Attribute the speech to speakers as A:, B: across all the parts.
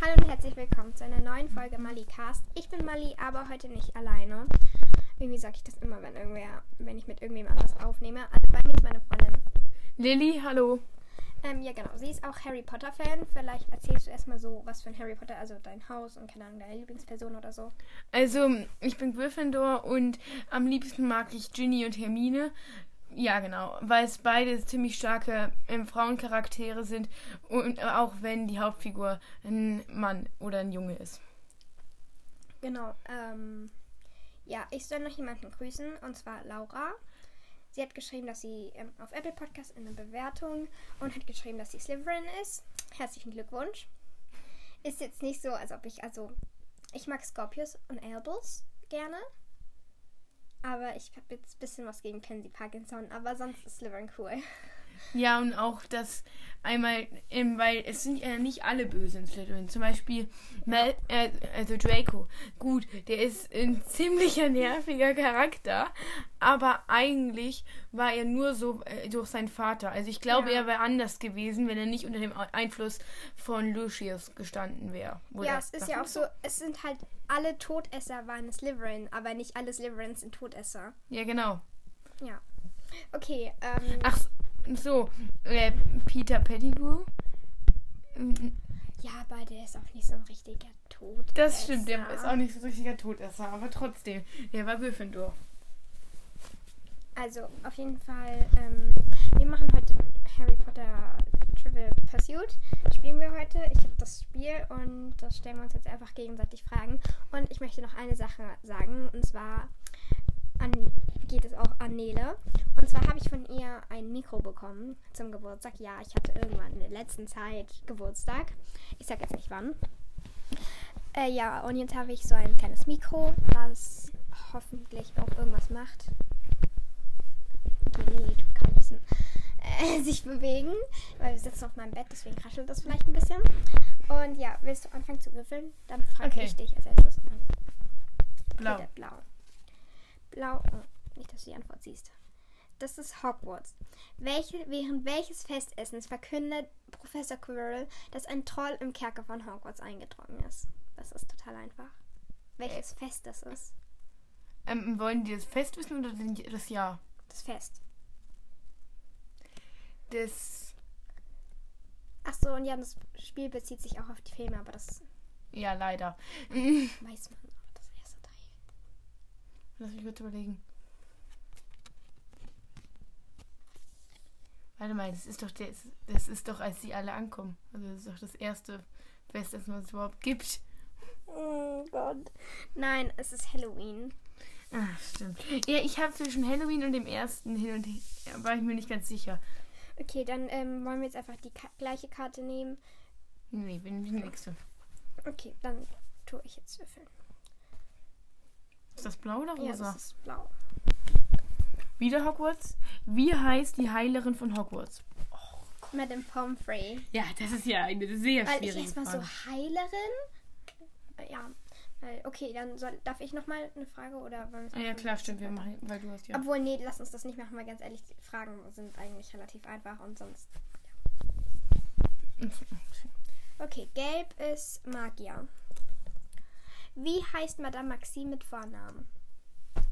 A: Hallo und herzlich willkommen zu einer neuen Folge Malicast. Ich bin Mali, aber heute nicht alleine. Irgendwie sage ich das immer, wenn irgendwer, wenn ich mit irgendwem anders aufnehme. Also bei mir ist meine Freundin.
B: Lilly, hallo.
A: Ähm, ja genau, sie ist auch Harry Potter Fan. Vielleicht erzählst du erstmal so, was für ein Harry Potter, also dein Haus und keine Ahnung, deine Lieblingsperson oder so.
B: Also, ich bin Gryffindor und am liebsten mag ich Ginny und Hermine. Ja, genau, weil es beide ziemlich starke ähm, Frauencharaktere sind und äh, auch wenn die Hauptfigur ein Mann oder ein Junge ist.
A: Genau, ähm, ja, ich soll noch jemanden grüßen und zwar Laura. Sie hat geschrieben, dass sie ähm, auf Apple Podcast eine Bewertung und hat geschrieben, dass sie Slytherin ist. Herzlichen Glückwunsch. Ist jetzt nicht so, als ob ich, also, ich mag Scorpius und Albus gerne. Aber ich habe jetzt ein bisschen was gegen Pansy Parkinson, aber sonst ist Slytherin cool.
B: Ja, und auch das einmal, ähm, weil es sind ja nicht alle böse in Slytherin. Zum Beispiel Mel, äh, also Draco. Gut, der ist ein ziemlicher nerviger Charakter, aber eigentlich war er nur so äh, durch seinen Vater. Also ich glaube,
A: Ja.
B: er wäre anders gewesen, wenn er nicht unter dem Au- Einfluss von Lucius gestanden wäre. Oder
A: Ja, es ist
B: sagt
A: ja
B: man
A: auch so, es sind halt alle Todesser waren Slytherin, aber nicht alle Slytherins sind Todesser.
B: Ja, genau.
A: Ja. Okay, ähm,
B: Ach so, äh, Peter Pettigrew. Mm,
A: ja, aber der ist auch nicht so ein richtiger Todesser.
B: Das stimmt, der ist auch nicht so ein richtiger Todesser, aber trotzdem, der war Gryffindor.
A: Also, auf jeden Fall, ähm, wir machen heute Harry Potter Trivial Pursuit. Spielen wir heute. Ich habe das Spiel und das stellen wir uns jetzt einfach gegenseitig Fragen. Und ich möchte noch eine Sache sagen, und zwar an, geht es auch an Nele. Und zwar habe ich von ihr ein Mikro bekommen zum Geburtstag. Ja, ich hatte irgendwann in der letzten Zeit Geburtstag. Ich sage jetzt nicht wann. Äh, ja, und jetzt habe ich so ein kleines Mikro, das hoffentlich auch irgendwas macht. Die Lilly tut gerade ein bisschen äh, sich bewegen, weil wir sitzen auf meinem Bett, deswegen raschelt das vielleicht ein bisschen. Und ja, willst du anfangen zu würfeln? Dann frage
B: Okay.
A: ich dich als erstes. Und dann
B: Blau.
A: Okay, der Blau. Blau. Oh, nicht, dass du die Antwort siehst. Das ist Hogwarts. Welche, während welches Festessens verkündet Professor Quirrell, dass ein Troll im Kerker von Hogwarts eingedrungen ist? Das ist total einfach. Welches Fest das ist?
B: Ähm, wollen die das Fest wissen oder den- das Jahr?
A: Das Fest.
B: Das
A: Achso, und ja, das Spiel bezieht sich auch auf die Filme, aber das
B: ja leider. Mm,
A: weiß man. Aber das erste Teil.
B: Lass mich kurz überlegen. Warte mal, das ist doch der, das ist doch, als sie alle ankommen. Also das ist doch das erste Fest, das man es überhaupt gibt.
A: Oh Gott. Nein, es ist Halloween.
B: Ah, stimmt. Ja, ich habe zwischen Halloween und dem ersten hin und her, war ich mir nicht ganz sicher.
A: Okay, dann ähm, wollen wir jetzt einfach die Ka gleiche Karte nehmen.
B: Nee, bin ich die nächste.
A: Okay, dann tue ich jetzt würfeln.
B: Ist das blau oder
A: Ja,
B: rosa?
A: das ist blau.
B: Wieder Hogwarts? Wie heißt die Heilerin von Hogwarts?
A: Madame Pomfrey.
B: Ja, das ist ja eine sehr
A: Weil ich
B: schwierige
A: erstmal so
B: Frage.
A: Heilerin. Äh, Ja. Weil, Okay, dann soll, darf ich nochmal eine Frage oder wollen wir's
B: ah, ja,
A: machen?
B: klar, stimmt, wir machen, weil du hast ja.
A: Obwohl, nee, lass uns das nicht machen, weil ganz ehrlich, die Fragen sind eigentlich relativ einfach und sonst.
B: Mhm.
A: Okay, gelb ist Magier. Wie heißt Madame Maxime mit Vornamen? Als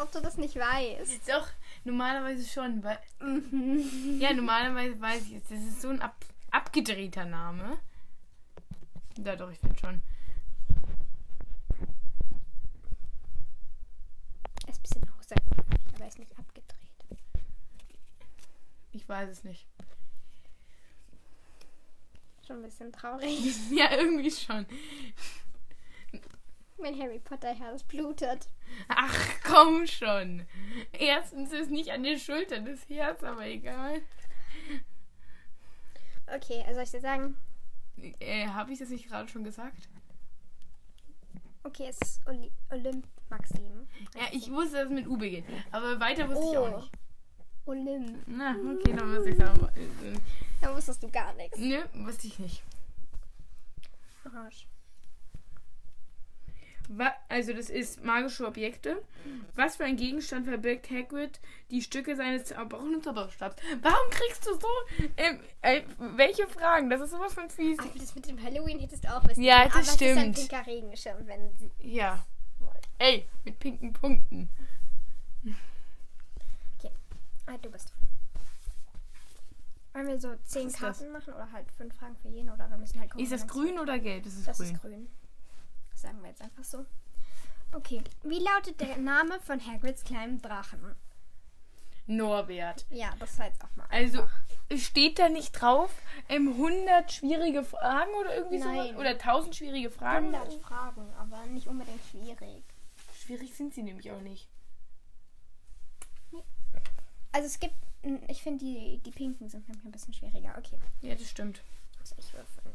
A: Ob du das nicht weißt.
B: Doch, normalerweise schon, weil. ja, normalerweise weiß ich es. Das ist so ein ab, abgedrehter Name. Ja, doch, ich finde schon.
A: Ist ein bisschen außergewöhnlich, aber ist nicht abgedreht.
B: Ich weiß es nicht.
A: Schon ein bisschen traurig.
B: ja, irgendwie schon.
A: mein Harry Potter Herz blutet.
B: Ach, komm schon. Erstens ist nicht an den Schultern das Herz, aber egal.
A: Okay, also soll ich dir sagen?
B: Äh, Habe ich das nicht gerade schon gesagt?
A: Okay, es ist Oli Olymp Maxim.
B: Ja, ich wusste, dass es mit U beginnt. Aber weiter wusste ich auch
A: Oh.
B: nicht.
A: Olymp.
B: Na, okay, dann wusste ich es aber. äh, äh, ne,
A: Da wusstest du gar nichts.
B: Nö, wusste ich nicht.
A: Orange.
B: Wa also das ist magische Objekte. Was für ein Gegenstand verbirgt Hagrid die Stücke seines zerbrochenen Zauberstabs? Warum kriegst du so ähm, äh, welche Fragen? Das ist sowas von fies.
A: Aber Ah, das mit dem Halloween hättest du auch wissen können.
B: Ja, das
A: Aber Es ist ein
B: stimmt.
A: pinker Regenschirm, wenn sie
B: Ja. Ey, mit pinken Punkten.
A: Ah, du bist. Wollen wir so zehn
B: ist das?
A: Karten machen oder halt fünf Fragen für jeden oder wir müssen halt gucken.
B: Ist das
A: wie
B: grün oder gelb? Das ist
A: Das
B: grün.
A: ist grün. Das sagen wir jetzt einfach so. Okay, wie lautet der Name von Hagrids kleinem Drachen?
B: Norbert.
A: Ja, das war jetzt auch mal.
B: Also steht da nicht drauf ähm, 100 schwierige Fragen oder irgendwie
A: Nein.
B: so? Oder 1000 schwierige Fragen?
A: 100 Fragen, aber nicht unbedingt schwierig.
B: Schwierig sind sie nämlich auch nicht.
A: Also es gibt, n- ich finde die, die pinken sind nämlich ein bisschen schwieriger. Okay,
B: Ja, das stimmt.
A: muss ich würfeln.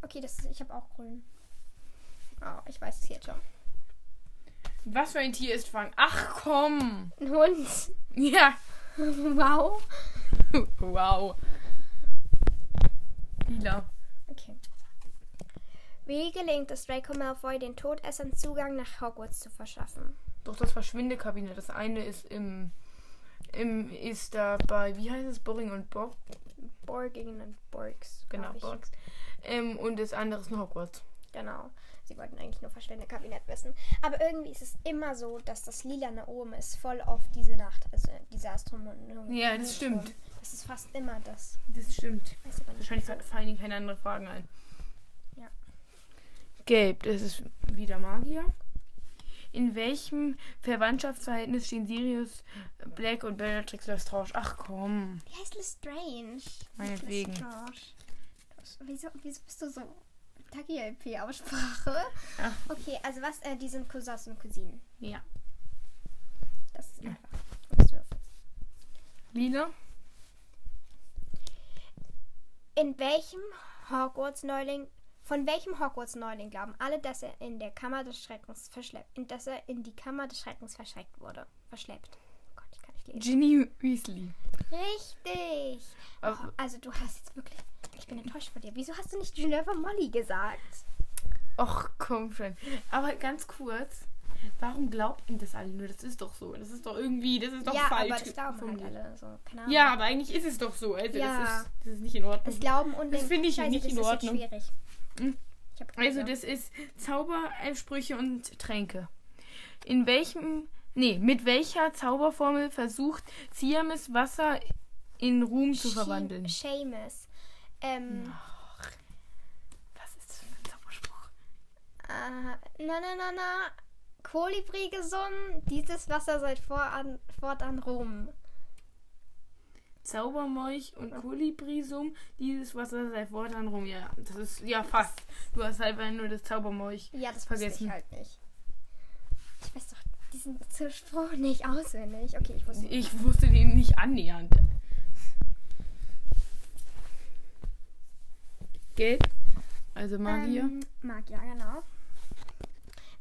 A: Okay, das ist, ich habe auch grün. Oh, ich weiß es jetzt schon.
B: Was für ein Tier ist Fang? Ach komm!
A: Ein Hund.
B: Ja.
A: wow.
B: Wow. Lila.
A: Okay. Wie gelingt es Draco Malfoy, den Todessern Zugang nach Hogwarts zu verschaffen?
B: Doch das Verschwindekabinett. Das eine ist im. im ist da bei. Wie heißt es? Boring und Bob?
A: Borgingen und Borgs. glaub
B: Genau,
A: ich.
B: Bob. Ähm, und das andere ist in Hogwarts.
A: Genau. Sie wollten eigentlich nur Verschwindekabinett wissen. Aber irgendwie ist es immer so, dass das Lilane oben ist, voll auf diese Nacht. Also diese Astronomen.
B: Ja, das stimmt.
A: Das ist fast immer das.
B: Das stimmt.
A: Ich weiß aber nicht.
B: Wahrscheinlich
A: wieso.
B: fallen ihnen keine anderen Fragen ein.
A: Ja.
B: Gelb, das ist wieder Magier. In welchem Verwandtschaftsverhältnis stehen Sirius Black und Bellatrix Lestrange? Ach komm.
A: Wie heißt Lestrange?
B: Meinetwegen.
A: Lestrange. Wieso, wieso bist du so Tagi-LP-Aussprache?
B: Ach.
A: Okay, also was? Äh, die sind Cousins und Cousinen.
B: Ja.
A: Das ist einfach. Du musst würfeln.
B: Lila?
A: In welchem Hogwarts-Neuling, von welchem Hogwarts-Neuling glauben alle, dass er in der Kammer des Schreckens verschleppt, in- dass er in die Kammer des Schreckens verschreckt wurde? Verschleppt. Oh Gott, ich kann nicht lesen.
B: Ginny Weasley.
A: Richtig!
B: Auf-
A: Oh, also du hast jetzt wirklich, ich bin enttäuscht von dir. Wieso hast du nicht Geneva Molly gesagt?
B: Och, komm schon. Aber ganz kurz. Warum glaubt denn das alle nur? Das ist doch so. Das ist doch irgendwie, das ist doch
A: ja,
B: falsch.
A: aber das glauben halt
B: formuliert.
A: alle. So, keine Ahnung.
B: Ja, aber eigentlich ist es doch so. Also
A: Ja.
B: das, ist, das ist nicht in Ordnung.
A: Das Glauben und
B: Das
A: den-
B: finde ich
A: Scheiße,
B: nicht
A: das
B: in
A: ist jetzt
B: Ordnung.
A: Schwierig.
B: Mhm.
A: Ich hab
B: Also
A: keine
B: das ist Zaubersprüche und Tränke. In welchem, nee, mit welcher Zauberformel versucht Siames Wasser in Ruhm zu
A: She-
B: verwandeln?
A: Seamus.
B: Hm.
A: Ähm,
B: Was ist das für ein Zauberspruch?
A: äh, na, na, na, na. Kolibri gesungen. Dieses Wasser soll voran, fortan ruhen.
B: Zaubermolch und Kolibrisum, dieses Wasser sei fortan rum. Ja, das ist ja fast. Du hast halt nur das Zaubermolch.
A: Ja, das wusste ich
B: Vergessen.
A: halt nicht. Ich weiß doch diesen Spruch nicht auswendig. Okay, ich wusste
B: Ich wusste den nicht annähernd. Gelb? Also Magier.
A: Ähm, Magier, genau.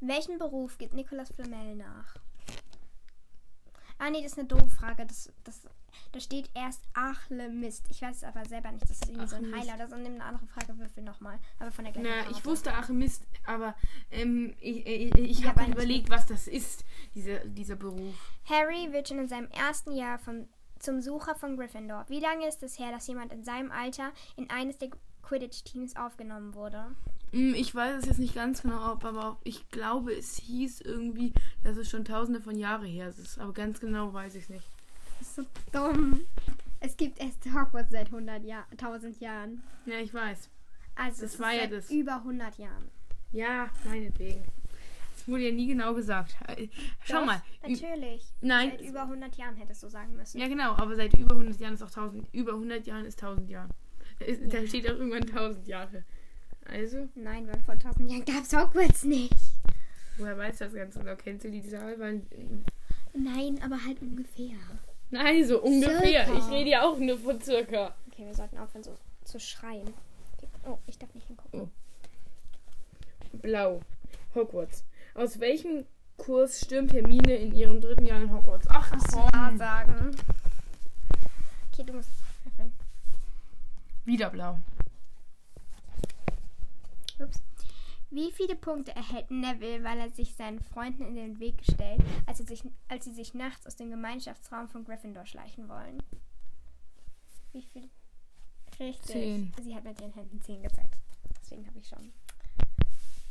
A: Welchen Beruf geht Nicolas Flamel nach? Ah, nee, das ist eine doofe Frage. Das, das, da steht erst Achle Mist. Ich weiß es aber selber nicht. Das ist irgendwie so ein
B: Achle
A: Heiler oder so. Nimm eine andere Frage, würfel nochmal. Genau, Aber von der gleichen
B: Na, ich
A: Karte.
B: wusste Achimist, aber ähm, ich, ich, ich
A: Ja,
B: habe
A: aber-
B: überlegt, was das ist, dieser, dieser Beruf.
A: Harry wird schon in seinem ersten Jahr vom, zum Sucher von Gryffindor. Wie lange ist es her, dass jemand in seinem Alter in eines der Quidditch-Teams aufgenommen wurde?
B: Hm, Ich weiß es jetzt nicht ganz genau, ob, aber ich glaube, es hieß irgendwie, dass es schon tausende von Jahren her ist. Aber ganz genau weiß ich es nicht.
A: Das ist so dumm. Es gibt erst Hogwarts seit 100 Jahr, 1000 Jahren.
B: Ja, ich weiß.
A: Also
B: Das
A: es
B: war
A: ist
B: ja
A: seit
B: das.
A: über 100 Jahren.
B: Ja, meinetwegen. Das wurde ja nie genau gesagt. Äh, Schau
A: Doch,
B: mal. Ü-
A: Natürlich. Seit
B: Nein.
A: über 100 Jahren hättest du sagen müssen.
B: Ja, genau, aber seit über 100 Jahren ist auch 1000. Über 100 Jahren ist 1000 Jahre. Ist- Da steht auch irgendwann 1000 Jahre. Also,
A: Nein, weil vor 1000 Jahren gab es Hogwarts nicht.
B: woher weißt du das ganz genau? Kennst du die Zahl? äh, Wann-
A: Nein, aber halt ungefähr.
B: Nein, so ungefähr.
A: Circa.
B: Ich rede ja auch nur von circa.
A: Okay, wir sollten aufhören so zu schreien. Oh, ich darf nicht hingucken.
B: Blau. Hogwarts. Aus welchem Kurs stürmt Hermine in ihrem dritten Jahr in Hogwarts? Ach,
A: Ja,
B: komm.
A: sagen. Okay, du musst öffnen.
B: Wieder blau.
A: Ups. Wie viele Punkte erhält Neville, weil er sich seinen Freunden in den Weg stellt, als, er sich, als sie sich nachts aus dem Gemeinschaftsraum von Gryffindor schleichen wollen? Wie viel? Richtig.
B: Zehn.
A: Sie hat mit ihren Händen 10 gezeigt. Deswegen habe ich schon.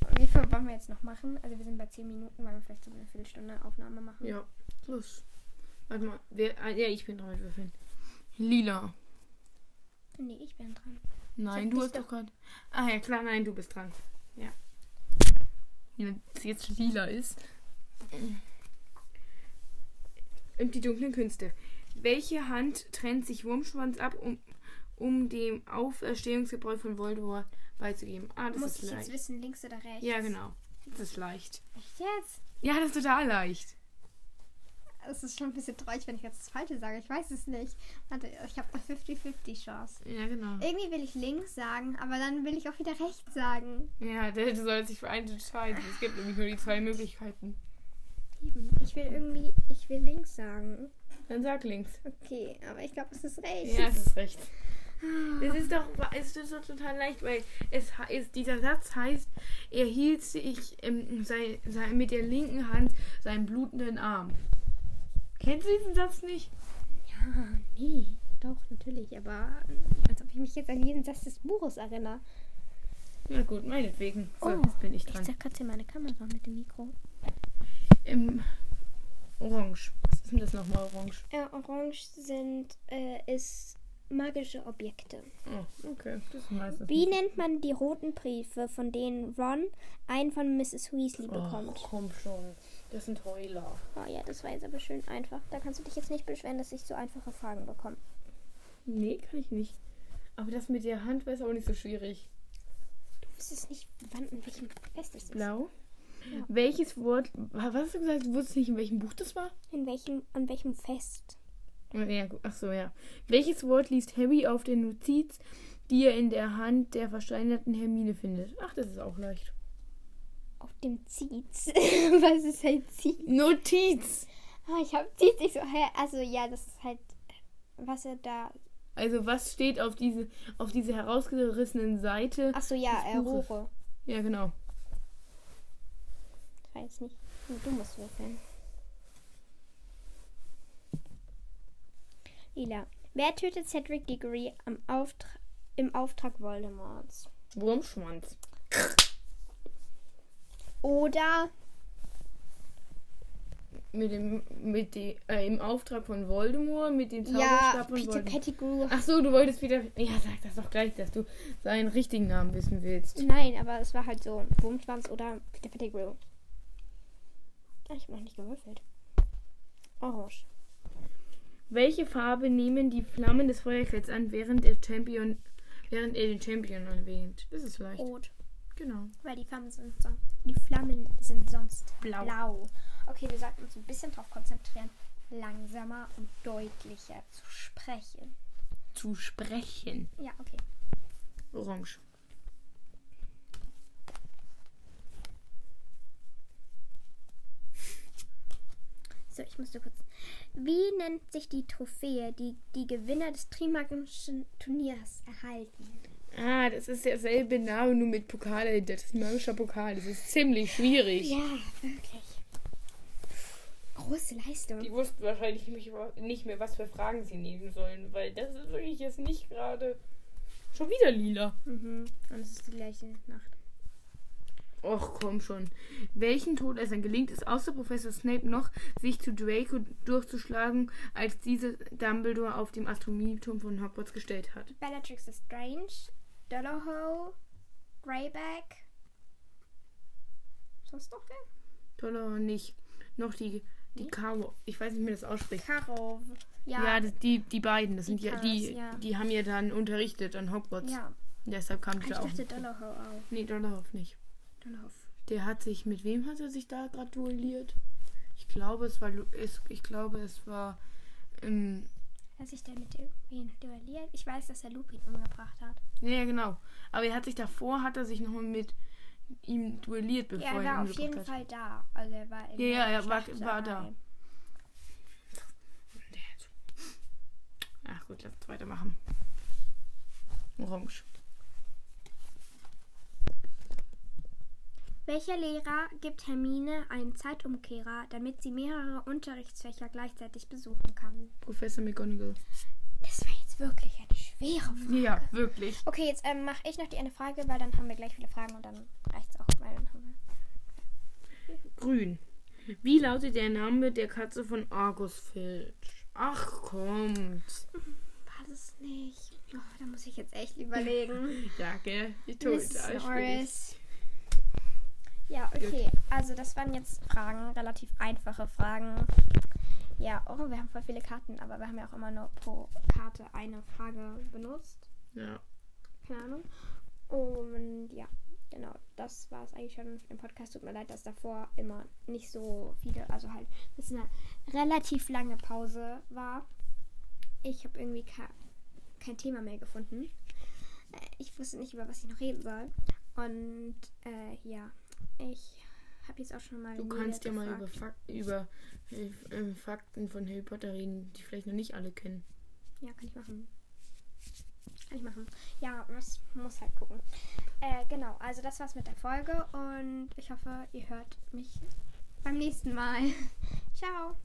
A: Und wie viel wollen wir jetzt noch machen? Also wir sind bei 10 Minuten, weil wir vielleicht so eine Viertelstunde Aufnahme machen.
B: Ja, los. Warte mal. Wer, ah, ja, ich bin dran mit Würfeln. Lila.
A: Nee, ich bin dran.
B: Nein,
A: Sag,
B: du
A: bist
B: hast
A: doch-
B: doch gerade. Ah ja, klar, nein, du bist dran. Ja. Wenn es jetzt lila ist. Und die dunklen Künste. Welche Hand trennt sich Wurmschwanz ab, um, um dem Auferstehungsgebräu von Voldemort beizugeben? Ah, das
A: Muss
B: ist
A: ich jetzt
B: leicht.
A: wissen, links oder rechts?
B: Ja, genau. Das ist leicht.
A: Echt jetzt?
B: Ja, das ist total leicht.
A: Es ist schon ein bisschen traurig, wenn ich jetzt das Falsche sage. Ich weiß es nicht. Warte, ich habe eine 50-50 Chance.
B: Ja, genau.
A: Irgendwie will ich links sagen, aber dann will ich auch wieder rechts sagen.
B: Ja, der soll sich für eins entscheiden. Es gibt nämlich nur die zwei Möglichkeiten.
A: Eben, Ich will irgendwie, ich will links sagen.
B: Dann sag links.
A: Okay, aber ich glaube, es ist rechts.
B: Ja, es ist recht. Es ist doch, es ist doch total leicht, weil es he- ist, dieser Satz heißt, er hielt sich ähm, sei, sei, mit der linken Hand seinen blutenden Arm. Kennst du diesen Satz nicht?
A: Ja, nee, doch, natürlich, aber als ob ich mich jetzt an jeden Satz des Buches erinnere.
B: Na gut, meinetwegen. So,
A: Oh,
B: jetzt bin ich
A: Ich
B: dran.
A: zerkratze hier meine Kamera mit dem Mikro.
B: Im Orange. Was ist denn das nochmal orange?
A: Ja, orange sind, äh, ist magische Objekte.
B: Oh, okay. Das ist meistens.
A: Wie nennt man die roten Briefe, von denen Ron einen von Mrs. Weasley
B: oh,
A: bekommt?
B: komm schon. Das sind Heuler.
A: Oh ja, das war jetzt aber schön einfach. Da kannst du dich jetzt nicht beschweren, dass ich so einfache Fragen bekomme.
B: Nee, kann ich nicht. Aber das mit der Hand war es auch nicht so schwierig.
A: Du wüsstest nicht, wann und welchem Fest es ist.
B: Blau. Welches Wort, wa- was hast du gesagt, du wusstest nicht, in welchem Buch das war?
A: In welchem, an welchem Fest?
B: Ja, gu- ach so, ja. Welches Wort liest Harry auf der Notiz, die er in der Hand der versteinerten Hermine findet? Ach, das ist auch leicht.
A: Auf dem Zietz. Was ist ein Zietz?
B: Notiz!
A: Ah, ich hab Zietz. Ich so, hä? Also ja, das ist halt, was er da...
B: Also, was steht auf diese, auf diese herausgerissenen Seite?
A: Ach so, ja,
B: Des
A: äh,
B: Buches.
A: Rohre.
B: Ja, genau.
A: Ich weiß nicht. Du musst würfeln. Lila. Wer tötet Cedric Diggory am Auftra im Auftrag Voldemorts?
B: Wurmschwanz.
A: Oder
B: Mit dem, mit dem, äh, im Auftrag von Voldemort, mit dem Zauberstab
A: ja,
B: von
A: Peter
B: Voldemort. Ah.
A: Pettigrew.
B: Ach so, du wolltest wieder. Ja, sag das doch gleich, dass du seinen richtigen Namen wissen willst.
A: Nein, aber es war halt so Wurmschwanz oder Peter Pettigrew. Ah, Ich habe noch nicht gewürfelt. Orange.
B: Welche Farbe nehmen die Flammen des Feuerkells an, während der Champion, während er den Champion erwähnt? Das ist leicht.
A: Rot.
B: Genau.
A: Weil die Flammen sind, son die Flammen sind sonst
B: Blau.
A: blau. Okay, wir sollten uns ein bisschen darauf konzentrieren, langsamer und deutlicher zu sprechen.
B: Zu sprechen.
A: Ja, okay.
B: Orange.
A: So, ich musste kurz. Wie nennt sich die Trophäe, die die Gewinner des Trimagischen Turniers erhalten?
B: Ah, das ist derselbe Name, nur mit Pokal dahinter. Das ist ein magischer Pokal. Das ist ziemlich schwierig.
A: Ja, wirklich. Große Leistung.
B: Die wussten wahrscheinlich nicht wa- nicht mehr, was für Fragen sie nehmen sollen, weil das ist wirklich jetzt nicht gerade. Schon wieder lila.
A: Mhm. Und es ist die gleiche Nacht.
B: Och, komm schon. Welchen Todessern gelingt es außer Professor Snape noch, sich zu Draco durchzuschlagen, als diese Dumbledore auf dem Astronomieturm von Hogwarts gestellt hat?
A: Bellatrix Lestrange, Dollarhoe, Greyback. Sonst noch wer?
B: Toller nicht. Noch die, die Caro. Ich weiß nicht, wie man das ausspricht.
A: Karov.
B: Ja, das, die, die beiden. Das sind
A: Die
B: ja, die,
A: Karos, ja.
B: die haben ja dann unterrichtet an Hogwarts.
A: ja.
B: Deshalb kam die
A: Ich
B: da auch.
A: dachte Dollarhoe auch.
B: Nee, Dollarhoff nicht.
A: Dollarhoe.
B: Der hat sich, mit wem hat er sich da gerade duelliert? Ich glaube, es war, Lu- es, ich glaube, es war, ähm,
A: Hat sich der mit irgendwen duelliert? Ich weiß, dass er Lupin umgebracht hat.
B: Ja, ja, genau. Aber er hat sich davor, hat er sich nochmal mit ihm duelliert, bevor
A: Ja, er
B: er ihn
A: war auf
B: umgebracht
A: jeden
B: hat.
A: Fall da. Also er war in
B: Ja,
A: der
B: ja, er war-
A: Schlacht
B: war da.
A: dabei.
B: Der hat- Ach gut, lass uns weitermachen. Orange.
A: Welcher Lehrer gibt Hermine einen Zeitumkehrer, damit sie mehrere Unterrichtsfächer gleichzeitig besuchen kann?
B: Professor McGonagall.
A: Das war jetzt wirklich eine schwere Frage.
B: Ja, wirklich.
A: Okay, jetzt ähm, mache ich noch die eine Frage, weil dann haben wir gleich viele Fragen und dann reicht's auch, weil dann haben wir.
B: Grün. Wie lautet der Name der Katze von Argus Filch? Ach, kommt.
A: War das nicht? Oh, da muss ich jetzt echt überlegen.
B: Ja, gell? Ich tue
A: Miss Norris. Ja, okay. Also das waren jetzt Fragen, relativ einfache Fragen. Ja, oh, wir haben voll viele Karten, aber wir haben ja auch immer nur pro Karte eine Frage benutzt.
B: Ja.
A: keine Ahnung. Und ja, genau, das war es eigentlich schon mit dem Podcast. Tut mir leid, dass davor immer nicht so viele, also halt, dass eine relativ lange Pause war. Ich habe irgendwie ke- kein Thema mehr gefunden. Äh, Ich wusste nicht, über was ich noch reden soll. Und äh, ja, ich habe jetzt auch schon mal.
B: Du
A: Julia
B: kannst ja mal
A: gefragt.
B: über, Fak über äh, äh, Fakten von Harry Potter reden, die vielleicht noch nicht alle kennen.
A: Ja, kann ich machen. Kann ich machen. Ja, das muss halt gucken. Äh, genau, also das war's mit der Folge und ich hoffe, ihr hört mich beim nächsten Mal. Ciao.